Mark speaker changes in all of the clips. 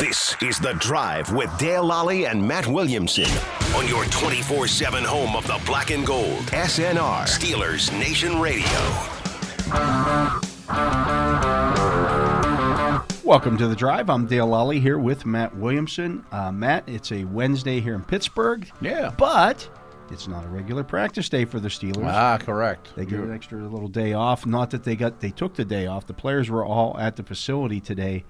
Speaker 1: This is The Drive with Dale Lally and Matt Williamson on your 24 7 home of the black and gold. SNR, Steelers Nation Radio.
Speaker 2: Welcome to the drive. I'm Dale Lally here with Matt Williamson. Uh, Matt, it's a Wednesday here in Pittsburgh.
Speaker 3: Yeah.
Speaker 2: But it's not a regular practice day for the Steelers.
Speaker 3: Ah, correct.
Speaker 2: They get
Speaker 3: You-
Speaker 2: an extra little day off. Not that they got they took the day off. The players were all at the facility today,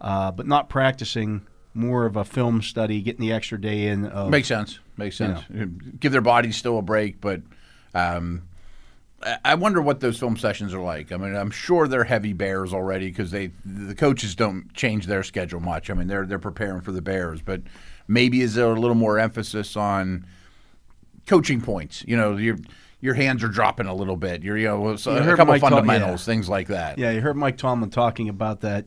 Speaker 2: uh, but not practicing. More of a film study, getting the extra day in. Of,
Speaker 3: Makes sense. Makes sense. Give their bodies still a break, but um, I- I wonder what those film sessions are like. I mean, I'm sure they're heavy bears already because they the coaches don't change their schedule much. I mean, they're they're preparing for the bears, but maybe is there a little more emphasis on coaching points? You know, your your hands are dropping a little bit. You're you know, so
Speaker 2: You
Speaker 3: a
Speaker 2: heard
Speaker 3: couple
Speaker 2: Mike talk-
Speaker 3: fundamentals,
Speaker 2: yeah.
Speaker 3: things like that.
Speaker 2: Yeah, you heard Mike Tomlin talking about that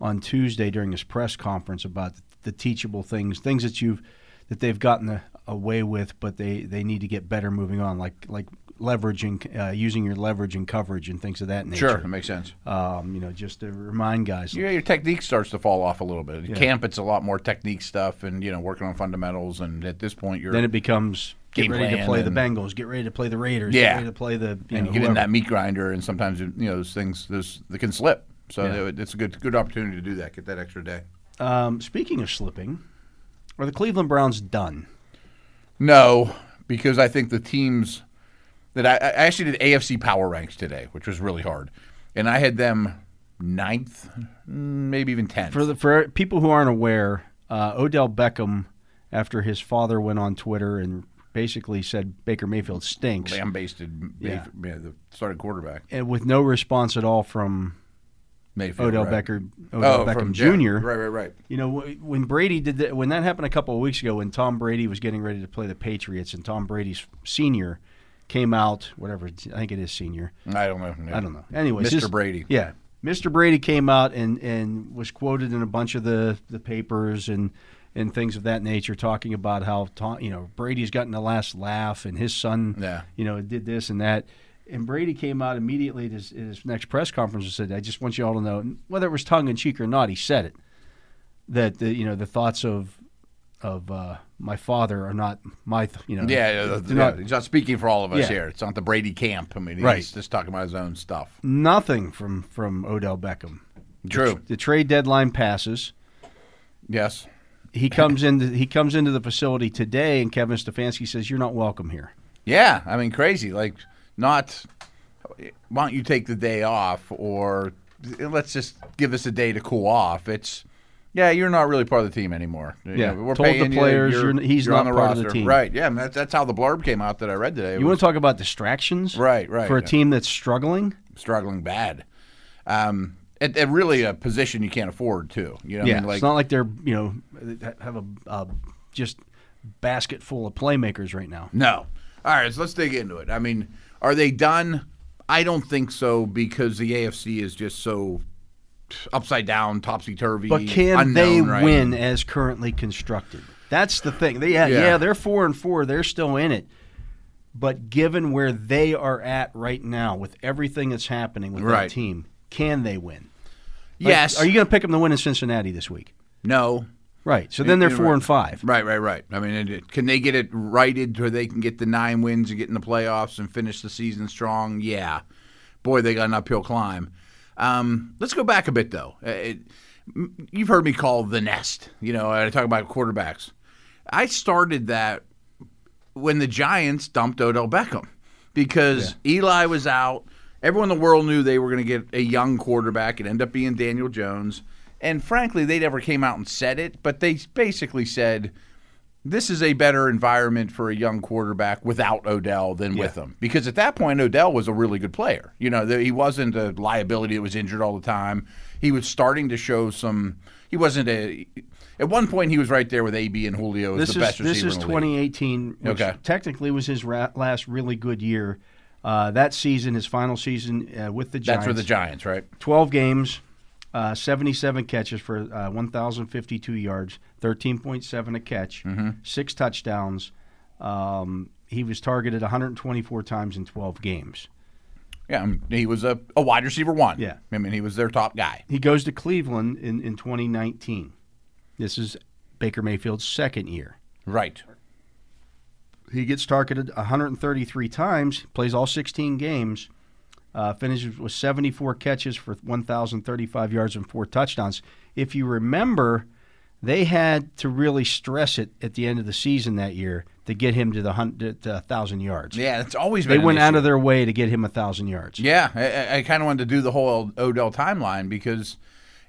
Speaker 2: on Tuesday during his press conference about the teachable things, things that you've that they've gotten a, away with, but they they need to get better moving on, like like leveraging, uh, using your leverage and coverage and things of that nature.
Speaker 3: Sure, that makes sense.
Speaker 2: Um, you know, just to remind guys.
Speaker 3: Yeah, your technique starts to fall off a little bit. At Camp, it's a lot more technique stuff, and you know, working on fundamentals. And at this point, you're
Speaker 2: Then it becomes get
Speaker 3: Game
Speaker 2: ready to
Speaker 3: plan
Speaker 2: play the
Speaker 3: and-
Speaker 2: Bengals, get ready to play the Raiders,
Speaker 3: Yeah.
Speaker 2: get ready to play the you know,
Speaker 3: and you get in
Speaker 2: whoever.
Speaker 3: that meat grinder, and sometimes you know those things those they can slip. So it- it's a good good opportunity to do that. Get that extra day.
Speaker 2: Um, speaking of slipping, are the Cleveland Browns done?
Speaker 3: No, because I think the teams that I, I actually did AFC power ranks today, which was really hard, and I had them ninth, maybe even tenth.
Speaker 2: For the for people who aren't aware, uh, Odell Beckham, after his father went on Twitter and basically said Baker Mayfield stinks,
Speaker 3: Lamb-basted,
Speaker 2: Yeah.
Speaker 3: Mayf- yeah, the starting quarterback
Speaker 2: and with no response at all from
Speaker 3: Mayfield.
Speaker 2: Odell
Speaker 3: right.
Speaker 2: Becker, Odell
Speaker 3: Oh,
Speaker 2: Beckham
Speaker 3: from-
Speaker 2: Jr.
Speaker 3: yeah, Right, right, right.
Speaker 2: You know wh- when Brady did that, when that happened a couple of weeks ago, when Tom Brady was getting ready to play the Patriots, and Tom Brady's senior came out, whatever I think it is senior,
Speaker 3: I don't know.
Speaker 2: I don't know. Anyways,
Speaker 3: Mr.
Speaker 2: his-
Speaker 3: Brady.
Speaker 2: Yeah, Mr. Brady came out and and was quoted in a bunch of the the papers and and things of that nature, talking about how ta- you know Brady's gotten the last laugh and his son,
Speaker 3: Yeah.
Speaker 2: you know, did this and that. And Brady came out immediately at his, at his next press conference and said, "I just want you all to know, and whether it was tongue in cheek or not, he said it that the, you know the thoughts of of uh, my father are not my th- you know
Speaker 3: Yeah, yeah,
Speaker 2: do
Speaker 3: yeah,
Speaker 2: not
Speaker 3: he's not speaking for all of us
Speaker 2: Yeah.
Speaker 3: here. It's not the Brady camp. I mean, he's
Speaker 2: Right.
Speaker 3: just talking about his own stuff.
Speaker 2: nothing from from Odell Beckham.
Speaker 3: True.
Speaker 2: The trade deadline passes.
Speaker 3: Yes.
Speaker 2: he comes into he comes into the facility today, and Kevin Stefanski says, "You're not welcome here."
Speaker 3: Yeah. I mean, crazy. Like, not. Why don't you take the day off, or let's just give us a day to cool off? It's. Yeah, you're not really part of the team anymore. You
Speaker 2: Yeah.
Speaker 3: know, we're
Speaker 2: Told the
Speaker 3: paying you,
Speaker 2: players
Speaker 3: you're-
Speaker 2: you're- he's
Speaker 3: you're on
Speaker 2: not
Speaker 3: the
Speaker 2: part of the
Speaker 3: roster.
Speaker 2: team.
Speaker 3: right? Yeah, and that's, that's how the blurb came out that I read today. It
Speaker 2: You
Speaker 3: was-
Speaker 2: want to talk about distractions,
Speaker 3: Right, right.
Speaker 2: For a team that's struggling,
Speaker 3: struggling bad. Um, and, and really a position you can't afford too. You know, what I
Speaker 2: yeah,
Speaker 3: mean, like
Speaker 2: it's not like they're you know they have a, a just basket full of playmakers right now.
Speaker 3: No. All right, so let's dig into it. I mean, are they done? I don't think so because the AFC is just so upside down, topsy turvy.
Speaker 2: But can they win as currently constructed? That's the thing. They, yeah, yeah,
Speaker 3: Yeah.
Speaker 2: they're four and four. They're still in it. But given where they are at right now, with everything that's happening with
Speaker 3: Right.
Speaker 2: that team, can they win? Like,
Speaker 3: Yes.
Speaker 2: Are you going to pick them to win in Cincinnati this week?
Speaker 3: No.
Speaker 2: Right. So then they're
Speaker 3: Yeah,
Speaker 2: four
Speaker 3: right.
Speaker 2: and five.
Speaker 3: Right, right, right. I mean, it, it- can they get it righted to where they can get the nine wins and get in the playoffs and finish the season strong? Yeah. Boy, they got an uphill climb. Um, let's go back a bit, though. Uh, it- m- you've heard me call the nest. You know, I talk about quarterbacks. I started that when the Giants dumped Odell Beckham because Eli was out. Everyone in the world knew they were going to get a young quarterback. It ended up being Daniel Jones. And frankly, they never came out and said it, but they basically said, this is a better environment for a young quarterback without Odell than with him. Because at that point, Odell was a really good player. You know, th- he wasn't a liability that was injured all the time. He was starting to show some. He wasn't a. At one point, he was right there with AB and Julio as
Speaker 2: This
Speaker 3: the
Speaker 2: is
Speaker 3: best
Speaker 2: this
Speaker 3: receiver.
Speaker 2: is
Speaker 3: in the league.
Speaker 2: 2018, which
Speaker 3: Okay.
Speaker 2: technically was his ra- last really good year. Uh, that season, his final season uh, with the Giants,
Speaker 3: That's for the Giants, right?
Speaker 2: 12 games, uh, 77 catches for uh, 1,052 yards, 13.7 a catch,
Speaker 3: Mm-hmm.
Speaker 2: six touchdowns. Um, he was targeted 124 times in 12 games.
Speaker 3: Yeah, I mean, he was a, a wide receiver one.
Speaker 2: Yeah.
Speaker 3: I mean, he was their top guy.
Speaker 2: He goes to Cleveland in, in 2019. This is Baker Mayfield's second year.
Speaker 3: Right.
Speaker 2: He gets targeted 133 times, plays all 16 games, uh, finishes with 74 catches for 1,035 yards and four touchdowns. If you remember, they had to really stress it at the end of the season that year to get him to the hundred to 1,000 yards.
Speaker 3: Yeah, that's always been
Speaker 2: They
Speaker 3: an
Speaker 2: went out
Speaker 3: issue.
Speaker 2: of their way to get him 1,000 yards.
Speaker 3: Yeah, I- I, I kind of wanted to do the whole Odell timeline because,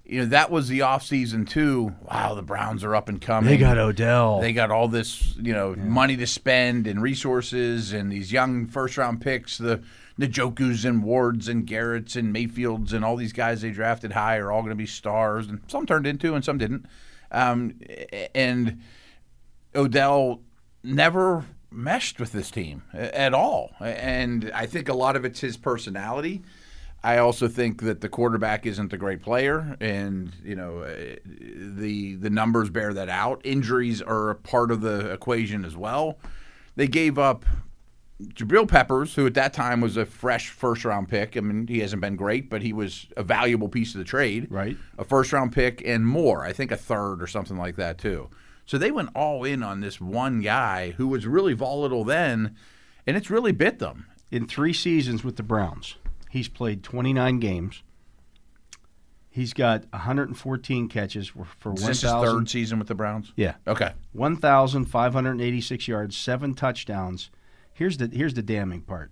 Speaker 3: you know, that was the offseason too. Wow, the Browns are up and coming.
Speaker 2: They got Odell.
Speaker 3: They got all this, you know, money to spend and resources and these young first round picks, the Njokus and Wards and Garrett's and Mayfields and all these guys they drafted high are all going to be stars. And some turned into and some didn't. Um, a- and Odell never meshed with this team a- at all. And I think a lot of it's his personality. I also think that the quarterback isn't a great player, and you know eh, the the numbers bear that out. Injuries are a part of the equation as well. They gave up Jabril Peppers, who at that time was a fresh first round pick. I mean, he hasn't been great, but he was a valuable piece of the trade.
Speaker 2: Right.
Speaker 3: A first round pick and more. I think a third or something like that, too. So they went all in on this one guy who was really volatile then, and it's really bit them.
Speaker 2: in three seasons with the Browns, he's played 29 games. He's got 114 catches for, for
Speaker 3: Is this his third
Speaker 2: 1,000.
Speaker 3: season with the Browns?
Speaker 2: Yeah,
Speaker 3: Okay.
Speaker 2: 1,586 yards, seven touchdowns. Here's the here's the damning part.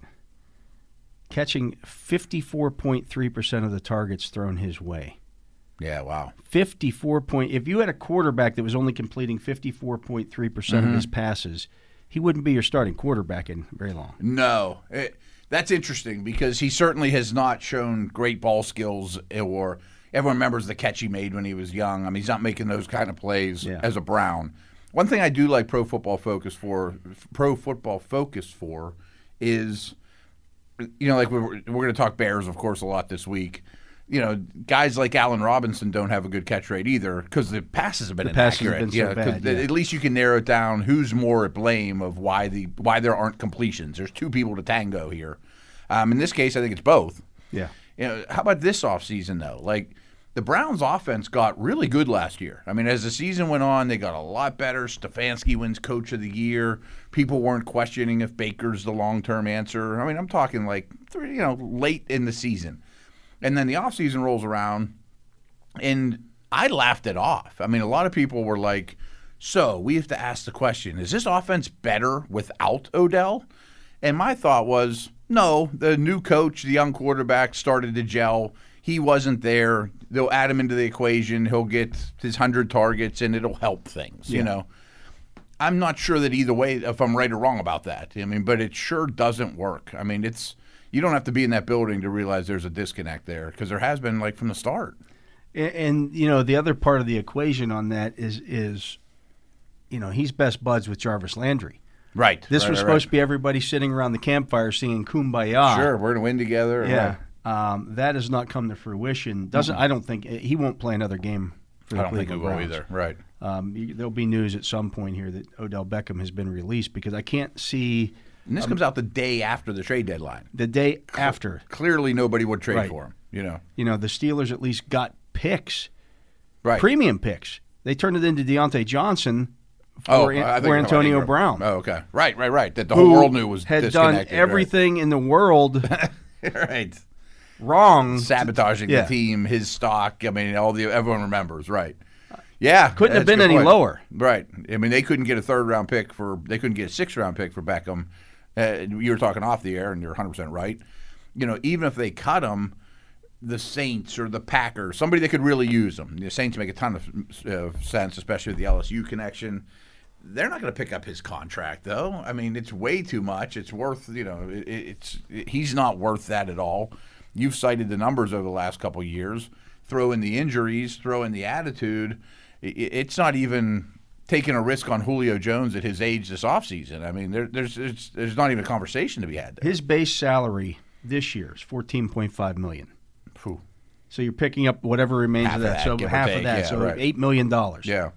Speaker 2: Catching 54.3 percent of the targets thrown his way.
Speaker 3: Yeah, wow.
Speaker 2: 54 point. If you had a quarterback that was only completing 54.3 percent of his
Speaker 3: Mm-hmm.
Speaker 2: passes, he wouldn't be your starting quarterback in very long.
Speaker 3: No, Eh, that's interesting because he certainly has not shown great ball skills. Or everyone remembers the catch he made when he was young. I mean, he's not making those kind of plays
Speaker 2: Yeah.
Speaker 3: as a Brown. One thing I do like Pro Football Focus for Pro Football Focus for is you know, like we're, we're going to talk Bears, of course, a lot this week. You know, guys like Allen Robinson don't have a good catch rate either because the passes have been
Speaker 2: passes have
Speaker 3: inaccurate.
Speaker 2: been so
Speaker 3: yeah, 'cause
Speaker 2: bad,
Speaker 3: the-
Speaker 2: yeah.
Speaker 3: at least you can narrow it down who's more at blame of why the why there aren't completions. There's two people to tango here. Um, in this case, I think it's both.
Speaker 2: Yeah.
Speaker 3: You know, how about this offseason, though? Like, the Browns' offense got really good last year. I mean, as the season went on, they got a lot better. Stefanski wins Coach of the Year. People weren't questioning if Baker's the long term answer. I mean, I'm talking like, three, you know, late in the season. And then the offseason rolls around, and I laughed it off. I mean, a lot of people were like, so we have to ask the question is this offense better without Odell? And my thought was, no, the new coach, the young quarterback started to gel. He wasn't there. They'll add him into the equation. He'll get his 100 targets and it'll help things, you know? I'm not sure that either way, if I'm right or wrong about that. I mean, but it sure doesn't work. I mean, it's you don't have to be in that building to realize there's a disconnect there because there has been like from the start.
Speaker 2: And, and you know the other part of the equation on that is is, you know, he's best buds with Jarvis Landry.
Speaker 3: Right.
Speaker 2: This was supposed to be everybody sitting around the campfire singing "Kumbaya."
Speaker 3: Sure, we're gonna win together.
Speaker 2: yeah. Um, that has not come to fruition. Doesn't I don't think he won't play another game for the
Speaker 3: I don't think we
Speaker 2: Cleveland
Speaker 3: will
Speaker 2: Browns.
Speaker 3: either. Right.
Speaker 2: Um, you- there'll be news at some point here that Odell Beckham has been released because I can't see
Speaker 3: And this comes out the day after the trade deadline.
Speaker 2: the day after.
Speaker 3: Clearly, nobody would trade
Speaker 2: Right.
Speaker 3: for him. You know.
Speaker 2: You know, the Steelers at least got picks,
Speaker 3: Right.
Speaker 2: premium picks. They turned it into Deontay Johnson for,
Speaker 3: Oh, I- I think
Speaker 2: for
Speaker 3: you're talking about
Speaker 2: Antonio
Speaker 3: Ingram.
Speaker 2: Brown.
Speaker 3: Oh, okay. Right, right, right. That the whole world knew was
Speaker 2: had done
Speaker 3: disconnected,
Speaker 2: everything in the world
Speaker 3: Right. right.
Speaker 2: wrong.
Speaker 3: Sabotaging
Speaker 2: Mm-hmm. Yeah.
Speaker 3: the team, his stock. I mean, all the everyone remembers. Right. Yeah.
Speaker 2: Couldn't have
Speaker 3: that's a
Speaker 2: been
Speaker 3: good
Speaker 2: any
Speaker 3: point.
Speaker 2: lower.
Speaker 3: Right. I mean, they couldn't get a third round pick for. They couldn't get a sixth round pick for Beckham. Uh, you were talking off the air, and you're 100 percent right. You know, even if they cut him, the Saints or the Packers, somebody that could really use them. The Saints make a ton of uh, sense, especially with the LSU connection. They're not going to pick up his contract, though. I mean, it's way too much. It's worth, you know, it, it- it's he's not worth that at all. You've cited the numbers over the last couple of years. Throw in the injuries, throw in the attitude. I- i it's not even taking a risk on Julio Jones at his age this offseason. I mean, there, there's, there's there's not even a conversation to be had there.
Speaker 2: His base salary this year is fourteen point five million.
Speaker 3: Phew.
Speaker 2: So you're picking up whatever remains
Speaker 3: Half
Speaker 2: of
Speaker 3: of
Speaker 2: that.
Speaker 3: that, give
Speaker 2: so
Speaker 3: or
Speaker 2: half
Speaker 3: take.
Speaker 2: of that.
Speaker 3: Yeah,
Speaker 2: so
Speaker 3: right.
Speaker 2: eight million dollars.
Speaker 3: Yeah.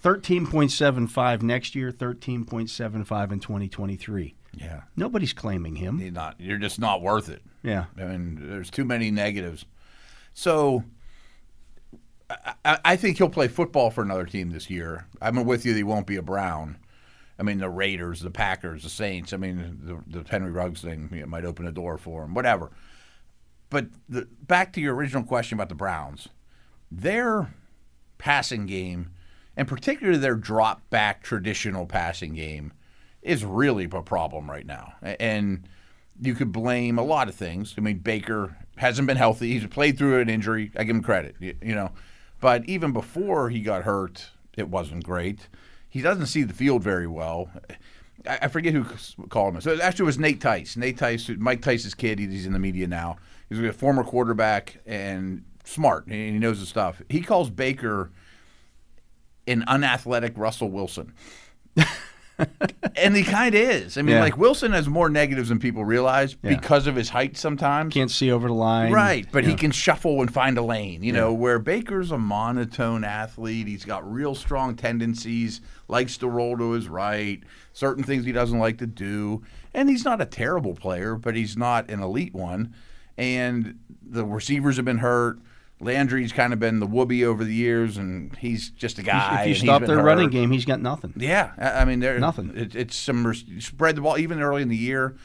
Speaker 2: Thirteen point seven five next year. Thirteen point seven five in twenty twenty three.
Speaker 3: Yeah.
Speaker 2: Nobody's claiming him.
Speaker 3: You're not. You're just not worth it.
Speaker 2: Yeah.
Speaker 3: I mean, there's too many negatives. So, I, I, I think he'll play football for another team this year. I'm with you. That he won't be a Brown. I mean, the Raiders, the Packers, the Saints. I mean, the, the Henry Ruggs thing you know, might open a door for him. Whatever. But the, back to your original question about the Browns, their passing game, and particularly their drop back traditional passing game, is really a problem right now. A- And you could blame a lot of things. I mean, Baker hasn't been healthy. He's played through an injury. I give him credit, y- you know. But even before he got hurt, it wasn't great. He doesn't see the field very well. I, I forget who c- called him. So actually, it was Nate Tice. Nate Tice, Mike Tice's kid. he- He's in the media now. He's a former quarterback and smart, and he knows his stuff. He calls Baker an unathletic Russell Wilson. and he kind of is. I mean,
Speaker 2: Yeah.
Speaker 3: like Wilson has more negatives than people realize
Speaker 2: Yeah.
Speaker 3: because of his height sometimes.
Speaker 2: Can't see over the line.
Speaker 3: Right, but
Speaker 2: you
Speaker 3: he
Speaker 2: know.
Speaker 3: can shuffle and find a lane. You know, where Baker's a monotone athlete, he's got real strong tendencies, likes to roll to his right, certain things he doesn't like to do, and he's not a terrible player, but he's not an elite one. And the receivers have been hurt. Landry's kind of been the whoopee over the years, and he's just a guy.
Speaker 2: If
Speaker 3: and
Speaker 2: you
Speaker 3: he's
Speaker 2: stop
Speaker 3: been
Speaker 2: their running
Speaker 3: hurt.
Speaker 2: game, he's got nothing.
Speaker 3: Yeah, I I mean, they're
Speaker 2: Nothing.
Speaker 3: It, it's some res- spread the ball even early in the year.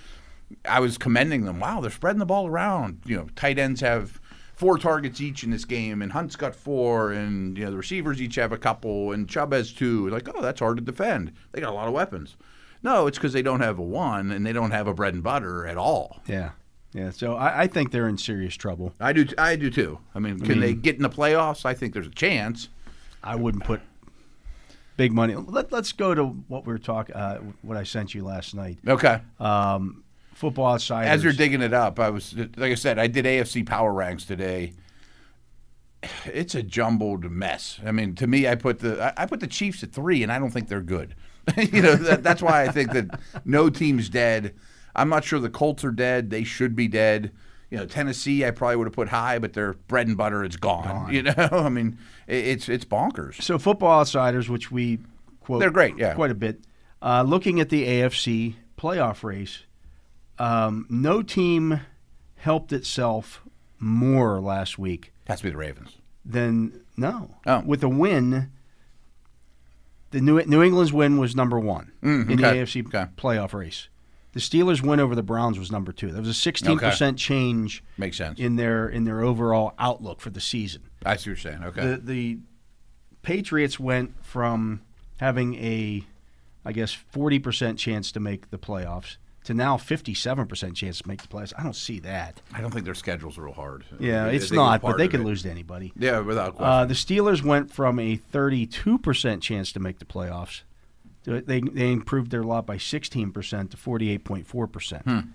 Speaker 3: I was commending them. Wow, they're spreading the ball around. You know, tight ends have four targets each in this game, and Hunt's got four, and you know the receivers each have a couple, and Chubb has two. Like, oh, that's hard to defend. They got a lot of weapons. No, it's because they don't have a one, and they don't have a bread and butter at all.
Speaker 2: Yeah. Yeah. So I, I think they're in serious trouble.
Speaker 3: I do, I do too. I mean, can they get in the playoffs? I think there's a chance.
Speaker 2: I wouldn't put big money. Let, let's go to what we were talking, uh, what I sent you last night.
Speaker 3: Okay.
Speaker 2: Football outsiders.
Speaker 3: As you're digging it up, I was like I said, I did AFC power ranks today. It's a jumbled mess. I mean, to me, I put the I I put the Chiefs at three, and I don't think they're good. you know, that, that's why I think that no team's dead. I'm not sure the Colts are dead. They should be dead. You know, Tennessee, I probably would have put high, but their bread and butter is gone. You know, I mean, it, it's it's bonkers.
Speaker 2: So football outsiders, which we quote,
Speaker 3: They're great, yeah.
Speaker 2: quite a bit. Uh, looking at the AFC playoff race, um, no team helped itself more last week
Speaker 3: Has to be the Ravens.
Speaker 2: than no.
Speaker 3: Oh.
Speaker 2: With a win, the New New England's win was number one in
Speaker 3: Mm, okay,
Speaker 2: the AFC
Speaker 3: okay.
Speaker 2: playoff race. The Steelers' win over the Browns was number two. That was a sixteen percent change
Speaker 3: Makes sense.
Speaker 2: in their in their overall outlook for the season
Speaker 3: I see what you're saying. Okay.
Speaker 2: the the Patriots went from having a, I guess, forty percent chance to make the playoffs to now fifty-seven percent chance to make the playoffs. I don't see that.
Speaker 3: I don't think their schedule's real hard.
Speaker 2: Yeah,
Speaker 3: I
Speaker 2: it's
Speaker 3: think
Speaker 2: not, but
Speaker 3: part
Speaker 2: they
Speaker 3: of
Speaker 2: could
Speaker 3: it.
Speaker 2: lose to anybody.
Speaker 3: Yeah, without question.
Speaker 2: Uh, the Steelers went from a thirty-two percent chance to make the playoffs. to- They they improved their lot by sixteen percent to forty-eight point four percent.
Speaker 3: And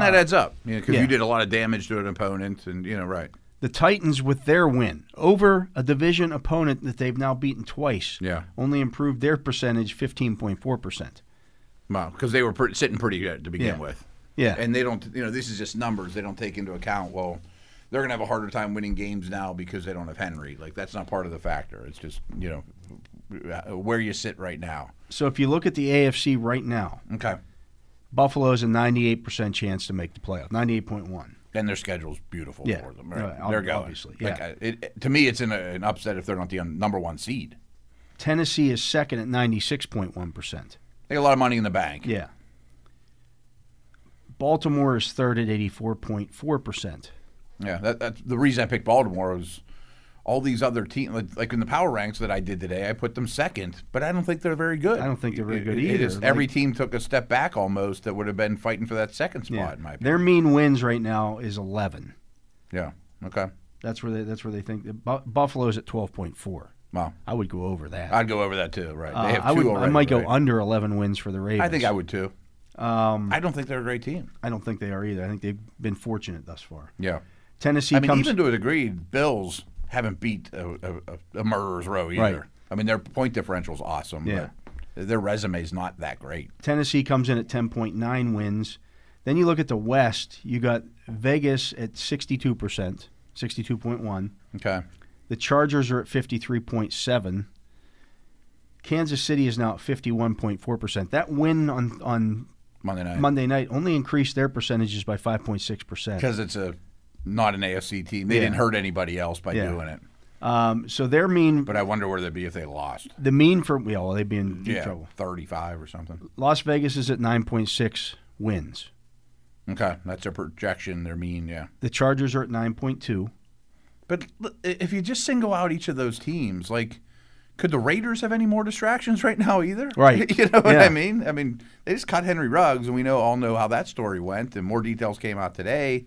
Speaker 3: that adds up, you know, because
Speaker 2: Uh, yeah.
Speaker 3: you did a lot of damage to an opponent, and you know, right?
Speaker 2: the Titans with their win over a division opponent that they've now beaten twice.
Speaker 3: Yeah.
Speaker 2: Only improved their percentage 15.4%.
Speaker 3: Well, because they were pretty, sitting pretty good to begin
Speaker 2: Yeah.
Speaker 3: with.
Speaker 2: Yeah.
Speaker 3: and they don't, you know, this is just numbers. They don't take into account. Well, they're going to have a harder time winning games now because they don't have Henry. Like that's not part of the factor. It's just you know uh, where you sit right now.
Speaker 2: So if you look at the AFC right now,
Speaker 3: Okay,
Speaker 2: Buffalo's a 98% chance to make the playoff, 98.1.
Speaker 3: and their schedule's beautiful
Speaker 2: Yeah.
Speaker 3: for them. Right?
Speaker 2: Right,
Speaker 3: they're going.
Speaker 2: obviously,
Speaker 3: Like,
Speaker 2: yeah.
Speaker 3: I- it, to me, it's in a, an upset if they're not the un- number one seed.
Speaker 2: Tennessee is second at 96.1%.
Speaker 3: They got a lot of money in the bank.
Speaker 2: Yeah. Baltimore is third at 84.4%.
Speaker 3: Yeah, that, that's the reason I picked Baltimore was all these other teams, like, like in the power ranks that I did today, I put them second, but I don't think they're very good.
Speaker 2: I don't think they're very good
Speaker 3: It- it
Speaker 2: either.
Speaker 3: is- every
Speaker 2: Like-
Speaker 3: team took a step back almost that would have been fighting for that second spot,
Speaker 2: Yeah.
Speaker 3: in my opinion.
Speaker 2: Their mean wins right now is 11.
Speaker 3: yeah, okay.
Speaker 2: That's where they that's where they think Bu- Buffalo's at 12.4.
Speaker 3: Well,
Speaker 2: I would go over that.
Speaker 3: I'd go over that too, right?
Speaker 2: Uh,
Speaker 3: They have two
Speaker 2: I would.
Speaker 3: already.
Speaker 2: I might
Speaker 3: right?
Speaker 2: go under 11 wins for the Ravens.
Speaker 3: I think I would too. Um, I don't think they're a great team.
Speaker 2: I don't think they are either. I think they've been fortunate thus far.
Speaker 3: Yeah.
Speaker 2: Tennessee
Speaker 3: I mean,
Speaker 2: comes.
Speaker 3: even to a degree, Bills haven't beat a, a, a murderer's row either.
Speaker 2: Right.
Speaker 3: I mean, their point differential's awesome,
Speaker 2: Yeah.
Speaker 3: but their resume's not that great.
Speaker 2: Tennessee comes in at 10.9 wins. Then you look at the West. You got Vegas at 62 percent, 62.1.
Speaker 3: Okay.
Speaker 2: The Chargers are at 53.7. Kansas City is now at 51.4 percent. That win on on
Speaker 3: Monday night.
Speaker 2: Monday night only increased their percentages by 5.6 percent.
Speaker 3: because it's a not an AFC team. They
Speaker 2: Yeah.
Speaker 3: didn't hurt anybody else by
Speaker 2: Yeah.
Speaker 3: doing it.
Speaker 2: Um, so their mean,
Speaker 3: But I wonder where they'd be if they lost.
Speaker 2: the mean for yeah, well, they'd be in deep
Speaker 3: yeah,
Speaker 2: trouble.
Speaker 3: 35 or something.
Speaker 2: Las Vegas is at 9.6 wins.
Speaker 3: Okay, that's a projection. They're mean, yeah.
Speaker 2: The Chargers are at 9.2.
Speaker 3: But l- if you just single out each of those teams, like, could the Raiders have any more distractions right now either?
Speaker 2: Right.
Speaker 3: you know what
Speaker 2: Yeah.
Speaker 3: I mean? I mean, they just cut Henry Ruggs, and we know all know how that story went, and more details came out today.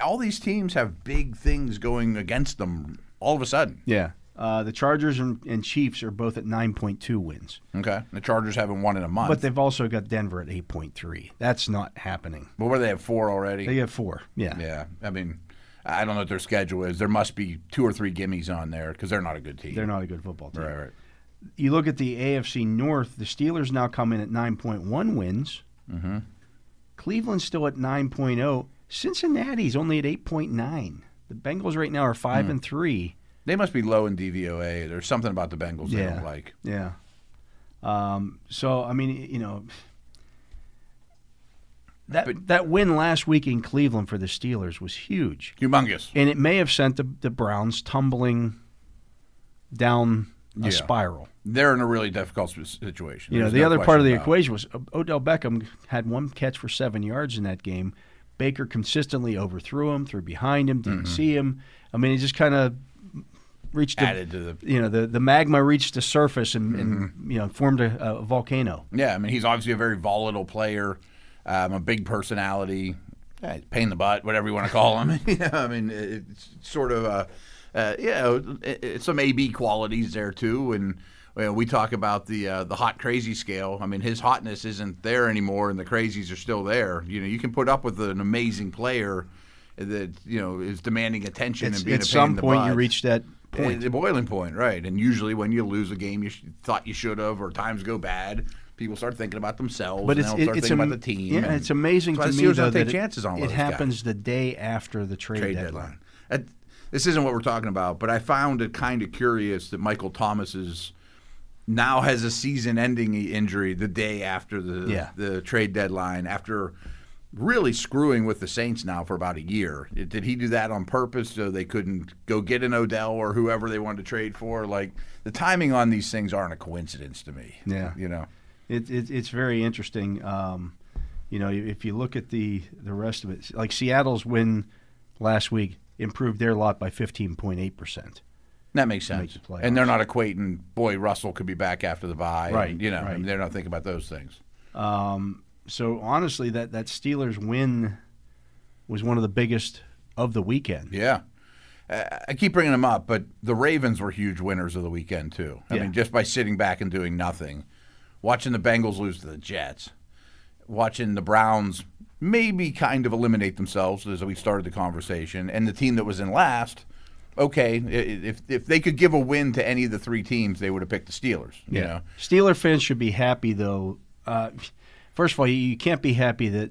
Speaker 3: All these teams have big things going against them all of a sudden.
Speaker 2: Yeah. Uh, the Chargers and, and Chiefs are both at 9.2 wins,
Speaker 3: Okay, the Chargers haven't won in a month,
Speaker 2: but
Speaker 3: but,
Speaker 2: they've also got Denver at 8.3. That's not happening.
Speaker 3: where they have four already.
Speaker 2: They have four. Yeah.
Speaker 3: yeah, I mean, I don't know what their schedule is. There must be two or three gimmies on there because they're not a good team.
Speaker 2: They're not a good football team.
Speaker 3: right, right.
Speaker 2: You look at the AFC North, the Steelers now come in at 9.1 wins. Cleveland's still at 9.0. Cincinnati's only at 8.9. The Bengals right now are 5 and 3.
Speaker 3: They must be low in DVOA. There's something about the Bengals they
Speaker 2: Yeah.
Speaker 3: don't like.
Speaker 2: Yeah. Um, so I mean, you know, that
Speaker 3: But-
Speaker 2: that win last week in Cleveland for the Steelers was huge,
Speaker 3: Humongous.
Speaker 2: and it may have sent the, the Browns tumbling down a
Speaker 3: Yeah.
Speaker 2: spiral.
Speaker 3: They're in a really difficult s- situation.
Speaker 2: You know,
Speaker 3: There's
Speaker 2: the
Speaker 3: no
Speaker 2: other part of the
Speaker 3: question about it.
Speaker 2: equation was uh, Odell Beckham had one catch for seven yards in that game. Baker consistently overthrew him, threw behind him, didn't
Speaker 3: Mm-hmm.
Speaker 2: see him. I mean, he just kind of reached the-
Speaker 3: added to the. Mm-hmm.
Speaker 2: you know the, the magma reached the surface and, and you know formed a, a volcano.
Speaker 3: Yeah, I mean, he's obviously a very volatile player, um, a big personality, eh, pain in the butt, whatever you want to call him. yeah, I mean, it- it's sort of a. Uh, yeah, it- it's some AB qualities there too, and you know, we talk about the uh, the hot crazy scale. I mean, his hotness isn't there anymore, and the crazies are still there. You know, you can put up with an amazing player that you know is demanding attention
Speaker 2: It's-
Speaker 3: and being
Speaker 2: at
Speaker 3: a pain
Speaker 2: some
Speaker 3: in the
Speaker 2: point you
Speaker 3: butt.
Speaker 2: reach that point.
Speaker 3: It's a boiling point, right? And usually, when you lose a game you sh- thought you should have, or times go bad, people start thinking about themselves.
Speaker 2: But
Speaker 3: and
Speaker 2: it's
Speaker 3: they don't
Speaker 2: it-
Speaker 3: start
Speaker 2: it's
Speaker 3: thinking
Speaker 2: am-
Speaker 3: about the team.
Speaker 2: Yeah,
Speaker 3: and
Speaker 2: it's amazing to
Speaker 3: that's why
Speaker 2: me
Speaker 3: the Steelers
Speaker 2: though
Speaker 3: don't take
Speaker 2: that it-
Speaker 3: chances on
Speaker 2: it,
Speaker 3: all those guys.
Speaker 2: happens the day after the trade,
Speaker 3: trade
Speaker 2: deadline.
Speaker 3: deadline. That- this isn't what we're talking about, but I found it kind of curious that Michael Thomas is now has a season-ending injury the day after the
Speaker 2: Yeah.
Speaker 3: the trade deadline after really screwing with the Saints now for about a year. Did he do that on purpose so they couldn't go get an Odell or whoever they wanted to trade for? Like the timing on these things aren't a coincidence to me.
Speaker 2: Yeah.
Speaker 3: You know.
Speaker 2: It, it, it's very interesting. Um, you know, if you look at the the rest of it, like Seattle's win last week improved their lot by fifteen point eight percent.
Speaker 3: That makes
Speaker 2: Make
Speaker 3: sense.
Speaker 2: the
Speaker 3: and they're
Speaker 2: playoffs.
Speaker 3: not equating, boy, Russell could be back after the bye. and,
Speaker 2: Right,
Speaker 3: you know,
Speaker 2: right.
Speaker 3: they're not thinking about those things.
Speaker 2: So honestly, that that Steelers win was one of the biggest of the weekend.
Speaker 3: Yeah. Uh, I keep bringing them up, but the Ravens were huge winners of the weekend, too. I
Speaker 2: Yeah.
Speaker 3: mean, just by sitting back and doing nothing, watching the Bengals lose to the Jets, watching the Browns maybe kind of eliminate themselves as we started the conversation, and the team that was in last. Okay, i- i- if if they could give a win to any of the three teams, they would have picked the Steelers. You know,
Speaker 2: Steeler fans should be happy though. Uh, first of all, you, you can't be happy that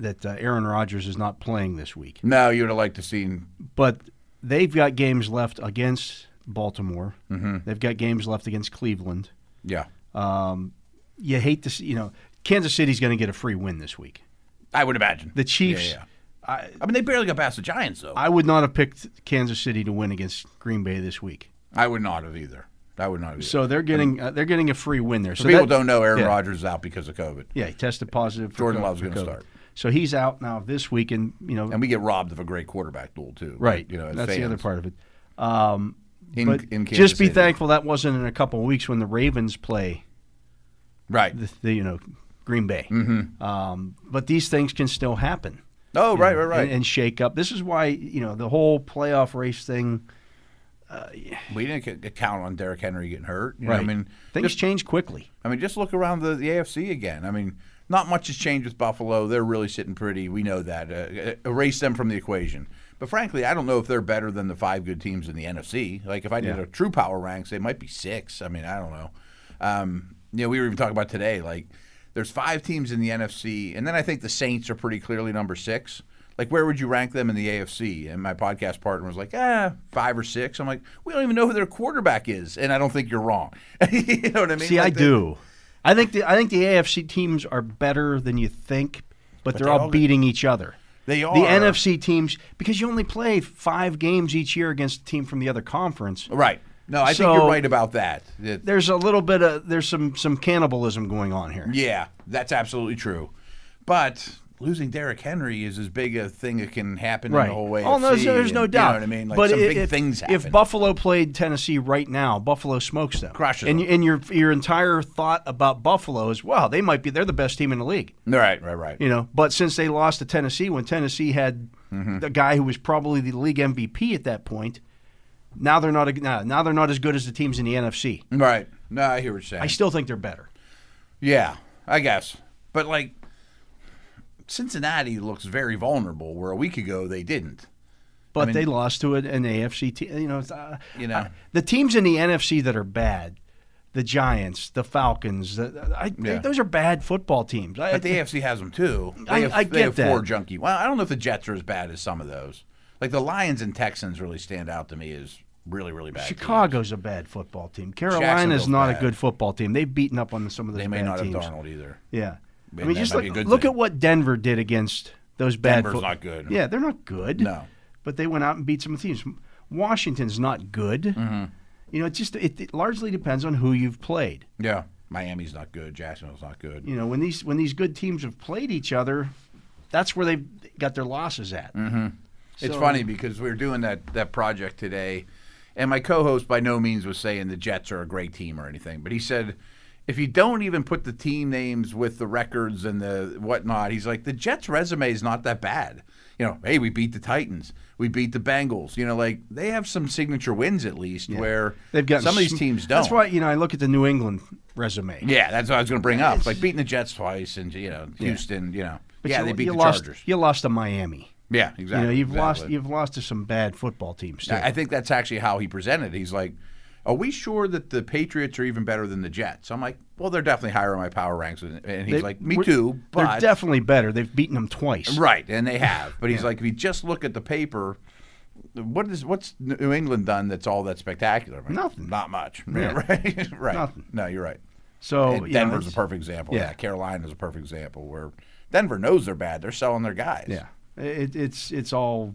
Speaker 2: that uh, Aaron Rodgers is not playing this week,
Speaker 3: no, you would have liked to see.
Speaker 2: but they've got games left against Baltimore. They've got games left against Cleveland.
Speaker 3: Yeah,
Speaker 2: You hate to see, you know, Kansas City's going to get a free win this week.
Speaker 3: I would imagine
Speaker 2: The Chiefs.
Speaker 3: Yeah, yeah. I mean, they barely got past the Giants, though.
Speaker 2: I would not have picked Kansas City to win against Green Bay this week.
Speaker 3: I would not have either. I would not have. Either.
Speaker 2: So they're getting uh, they're getting a free win there. So
Speaker 3: People
Speaker 2: that-
Speaker 3: don't know Aaron
Speaker 2: yeah.
Speaker 3: Rodgers is out because of COVID.
Speaker 2: Yeah, he tested positive. For
Speaker 3: Jordan
Speaker 2: co-
Speaker 3: Love's
Speaker 2: for
Speaker 3: gonna
Speaker 2: COVID.
Speaker 3: start.
Speaker 2: So he's out now this week, and you know,
Speaker 3: And we get robbed of a great quarterback duel too.
Speaker 2: right?
Speaker 3: You know, as
Speaker 2: that's the
Speaker 3: fans.
Speaker 2: other part of it. Um,
Speaker 3: In,
Speaker 2: but
Speaker 3: in Kansas
Speaker 2: just be
Speaker 3: City.
Speaker 2: thankful that wasn't in a couple of weeks when the Ravens play
Speaker 3: Right.
Speaker 2: the, the you know Green Bay. Um, but these things can still happen.
Speaker 3: Oh, Mm-hmm. right,
Speaker 2: you know,
Speaker 3: right, right.
Speaker 2: And, and shake up. This is why you know the whole playoff race thing.
Speaker 3: we didn't c- count on Derrick Henry getting hurt. You know,
Speaker 2: Right.
Speaker 3: what I mean,
Speaker 2: things change quickly.
Speaker 3: I mean, just look around the, the AFC again. I mean, not much has changed with Buffalo. They're really sitting pretty. We know that. Uh, erase them from the equation. But frankly, I don't know if they're better than the five good teams in the NFC. Like, if I did
Speaker 2: Yeah.
Speaker 3: a true power ranks, they might be six. I mean, I don't know. Um, you know, we were even talking about today. Like, there's five teams in the NFC, and then I think the Saints are pretty clearly number six. Like, where would you rank them in the AFC? And my podcast partner was like, ah, five or six. I'm like, we don't even know who their quarterback is, and I don't think you're wrong. you know what I mean?
Speaker 2: See, I
Speaker 3: Like, they-
Speaker 2: do. I think the I think the AFC teams are better than you think, but, they're
Speaker 3: they're
Speaker 2: all
Speaker 3: all-
Speaker 2: beating each other.
Speaker 3: They are.
Speaker 2: the NFC teams because you only play five games each year against a team from the other conference.
Speaker 3: Right. No, I
Speaker 2: So-
Speaker 3: think you're right about that. That-
Speaker 2: There's a little bit of there's some some cannibalism going on here.
Speaker 3: Yeah, that's absolutely true. But losing Derrick Henry is as big a thing that can happen in
Speaker 2: Right.
Speaker 3: the whole way.
Speaker 2: Oh, no, there's, there's no doubt.
Speaker 3: You know what I mean? Like
Speaker 2: but
Speaker 3: some
Speaker 2: i-
Speaker 3: big
Speaker 2: if,
Speaker 3: things happen.
Speaker 2: If Buffalo played Tennessee right now, Buffalo smokes them.
Speaker 3: Crushes
Speaker 2: and,
Speaker 3: them.
Speaker 2: you- and your your entire thought about Buffalo is, wow, they might be they're the best team in the league.
Speaker 3: right, right, right.
Speaker 2: You know, but since they lost to Tennessee, when Tennessee had
Speaker 3: Mm-hmm.
Speaker 2: the guy who was probably the league MVP at that point, now they're not a, now, now they're not as good as the teams in the NFC.
Speaker 3: Right. No, I hear what you're saying.
Speaker 2: I still think they're better.
Speaker 3: yeah, I guess. But like, Cincinnati looks very vulnerable. Where a week ago they didn't.
Speaker 2: but they lost to an, an AFC team. You know, it's, uh,
Speaker 3: You know.
Speaker 2: I- the teams in the NFC that are bad, the Giants, the Falcons, the, I,
Speaker 3: Yeah.
Speaker 2: those are bad football teams. I,
Speaker 3: But the AFC has them too. They
Speaker 2: I-
Speaker 3: have,
Speaker 2: I
Speaker 3: they
Speaker 2: get
Speaker 3: have four
Speaker 2: that.
Speaker 3: junkie. Well, I don't know if the Jets are as bad as some of those. Like the Lions and Texans really stand out to me as really, really bad. teams.
Speaker 2: Chicago's a bad football team. Carolina's
Speaker 3: Jacksonville's
Speaker 2: not
Speaker 3: bad.
Speaker 2: a good football team. They've beaten up on some of those
Speaker 3: They may
Speaker 2: bad
Speaker 3: not
Speaker 2: teams.
Speaker 3: have Darnold either.
Speaker 2: Yeah, I
Speaker 3: Maybe
Speaker 2: mean,
Speaker 3: that
Speaker 2: just look,
Speaker 3: might be a good
Speaker 2: look
Speaker 3: thing.
Speaker 2: at what Denver did against those bad.
Speaker 3: Denver's
Speaker 2: foot-
Speaker 3: not good.
Speaker 2: Yeah, they're not good.
Speaker 3: No.
Speaker 2: but they went out and beat some teams. Washington's not good.
Speaker 3: Mm-hmm.
Speaker 2: You know, it just it, it largely depends on who you've played.
Speaker 3: Yeah. Miami's not good. Jacksonville's not good.
Speaker 2: you know when these when these good teams have played each other that's where they've got their losses at
Speaker 3: it's
Speaker 2: So-
Speaker 3: funny because we were doing that, that project today, and my co host by no means was saying the Jets are a great team or anything, but he said if you don't even put the team names with the records and the whatnot, he's like, the Jets' resume is not that bad. You know, hey, we beat the Titans. We beat the Bengals. You know, like they have some signature wins at least where
Speaker 2: they've got
Speaker 3: some of these teams don't.
Speaker 2: that's why you know i look at the new england resume
Speaker 3: yeah, that's what I was going to bring up. Like beating the Jets twice and, you know, Houston, you know.
Speaker 2: But
Speaker 3: yeah,
Speaker 2: you,
Speaker 3: they beat
Speaker 2: you
Speaker 3: the
Speaker 2: lost,
Speaker 3: Chargers.
Speaker 2: you lost to miami
Speaker 3: Yeah, exactly.
Speaker 2: you know you've lost
Speaker 3: exactly.
Speaker 2: you've lost to some bad football teams too.
Speaker 3: I I think that's actually how he presented. it. He's like, "Are we sure that the Patriots are even better than the Jets?" I'm like, "Well, they're definitely higher in my power ranks." And and he's
Speaker 2: They-
Speaker 3: like, "Me
Speaker 2: we're-
Speaker 3: too."
Speaker 2: they're
Speaker 3: But
Speaker 2: definitely better they've beaten them twice
Speaker 3: right, and they have. But he's like, "If you just look at the paper." What is what's New England done that's all that spectacular? I'm like,
Speaker 2: Nothing.
Speaker 3: Not much. Yeah, right. right.
Speaker 2: Nothing.
Speaker 3: No, you're right.
Speaker 2: so
Speaker 3: And
Speaker 2: you know,
Speaker 3: Denver's
Speaker 2: it's-
Speaker 3: a perfect example.
Speaker 2: Yeah.
Speaker 3: Yeah. Carolina's a perfect example where Denver knows they're bad. They're selling their guys.
Speaker 2: yeah it, it's it's all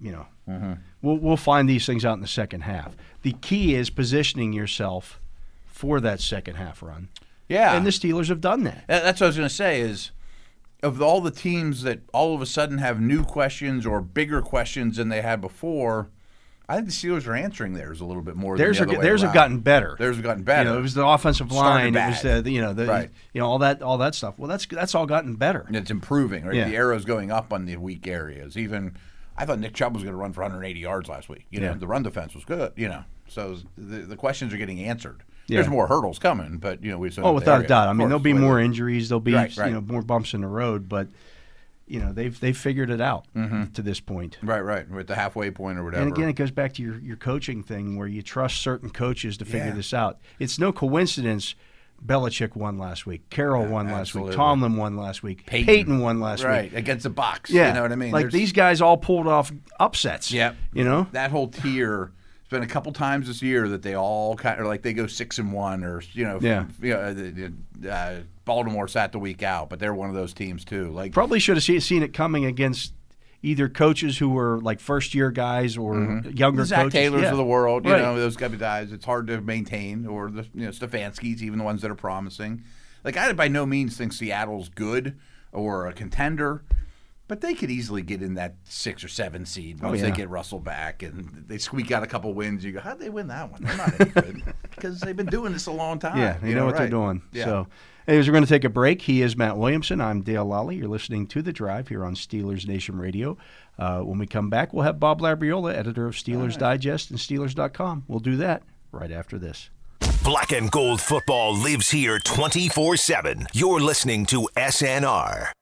Speaker 2: you know
Speaker 3: Mm-hmm.
Speaker 2: we'll, we'll find these things out in the second half the key is positioning yourself for that second half run
Speaker 3: Yeah.
Speaker 2: and the steelers have done that
Speaker 3: That- That's what I was going to say is of all the teams that all of a sudden have new questions or bigger questions than they had before, I think the Steelers are answering theirs a little bit more.
Speaker 2: Theirs
Speaker 3: than
Speaker 2: are
Speaker 3: the other
Speaker 2: get-
Speaker 3: way
Speaker 2: theirs have
Speaker 3: around.
Speaker 2: gotten better.
Speaker 3: Theirs have gotten better.
Speaker 2: You know, it was the offensive
Speaker 3: Started
Speaker 2: line. It was the
Speaker 3: bad.
Speaker 2: the- you know the
Speaker 3: Right.
Speaker 2: you know all that all that stuff. Well, that's that's all gotten better.
Speaker 3: and it's improving. Right,
Speaker 2: Yeah.
Speaker 3: the arrow's going up on the weak areas. Even I thought Nick Chubb was going to run for 180 yards last week. You know,
Speaker 2: Yeah.
Speaker 3: the run defense was good. You know, so the, the questions are getting answered.
Speaker 2: Yeah.
Speaker 3: There's more hurdles coming, but you know we. just don't
Speaker 2: Oh,
Speaker 3: know the
Speaker 2: without a
Speaker 3: area.
Speaker 2: doubt. I
Speaker 3: Of
Speaker 2: mean, there'll
Speaker 3: course,
Speaker 2: be
Speaker 3: whether-
Speaker 2: more injuries. There'll be
Speaker 3: Right, right.
Speaker 2: you know more bumps in the road, but you know they've they've figured it out
Speaker 3: Mm-hmm.
Speaker 2: to this point.
Speaker 3: Right, right. We're at the halfway point or whatever.
Speaker 2: And again, it goes back to your, your coaching thing where you trust certain coaches to figure
Speaker 3: Yeah.
Speaker 2: this out. It's no coincidence Belichick won last week, Carroll won last
Speaker 3: absolutely.
Speaker 2: week, Tomlin won last week,
Speaker 3: Peyton.
Speaker 2: won last
Speaker 3: right
Speaker 2: week.
Speaker 3: against the box.
Speaker 2: Yeah.
Speaker 3: you know what I mean.
Speaker 2: Like
Speaker 3: There's-
Speaker 2: these guys all pulled off upsets.
Speaker 3: Yep.
Speaker 2: You know?
Speaker 3: that whole tier. It's been a couple times this year that they all kind of like they go six and one or you know
Speaker 2: Yeah.
Speaker 3: you know, the- the, uh, Baltimore sat the week out, but they're one of those teams too. Like
Speaker 2: probably should have see- seen it coming against either coaches who were like first year guys or younger
Speaker 3: Mm-hmm. Zach
Speaker 2: coaches.
Speaker 3: Taylors
Speaker 2: Yeah.
Speaker 3: of the world, you
Speaker 2: Right.
Speaker 3: know those kind of guys. It's hard to maintain, or the you know Stefanskis, even the ones that are promising. Like I by no means think Seattle's good or a contender, but they could easily get in that six or seven seed once they
Speaker 2: Oh, yeah.
Speaker 3: get Russell back and they squeak out a couple wins. You go, how'd they win that one? They're not any good because they've been doing this a long time.
Speaker 2: Yeah, they
Speaker 3: you
Speaker 2: know, what they're
Speaker 3: right.
Speaker 2: doing.
Speaker 3: Yeah.
Speaker 2: So, anyways, we're going to take a break. He is Matt Williamson. I'm Dale Lally. You're listening to The Drive here on Steelers Nation Radio. Uh, when we come back, we'll have Bob Labriola, editor of Steelers Digest and Steelers.com. We'll do that right after this.
Speaker 1: Black and gold football lives here 24 7. You're listening to SNR.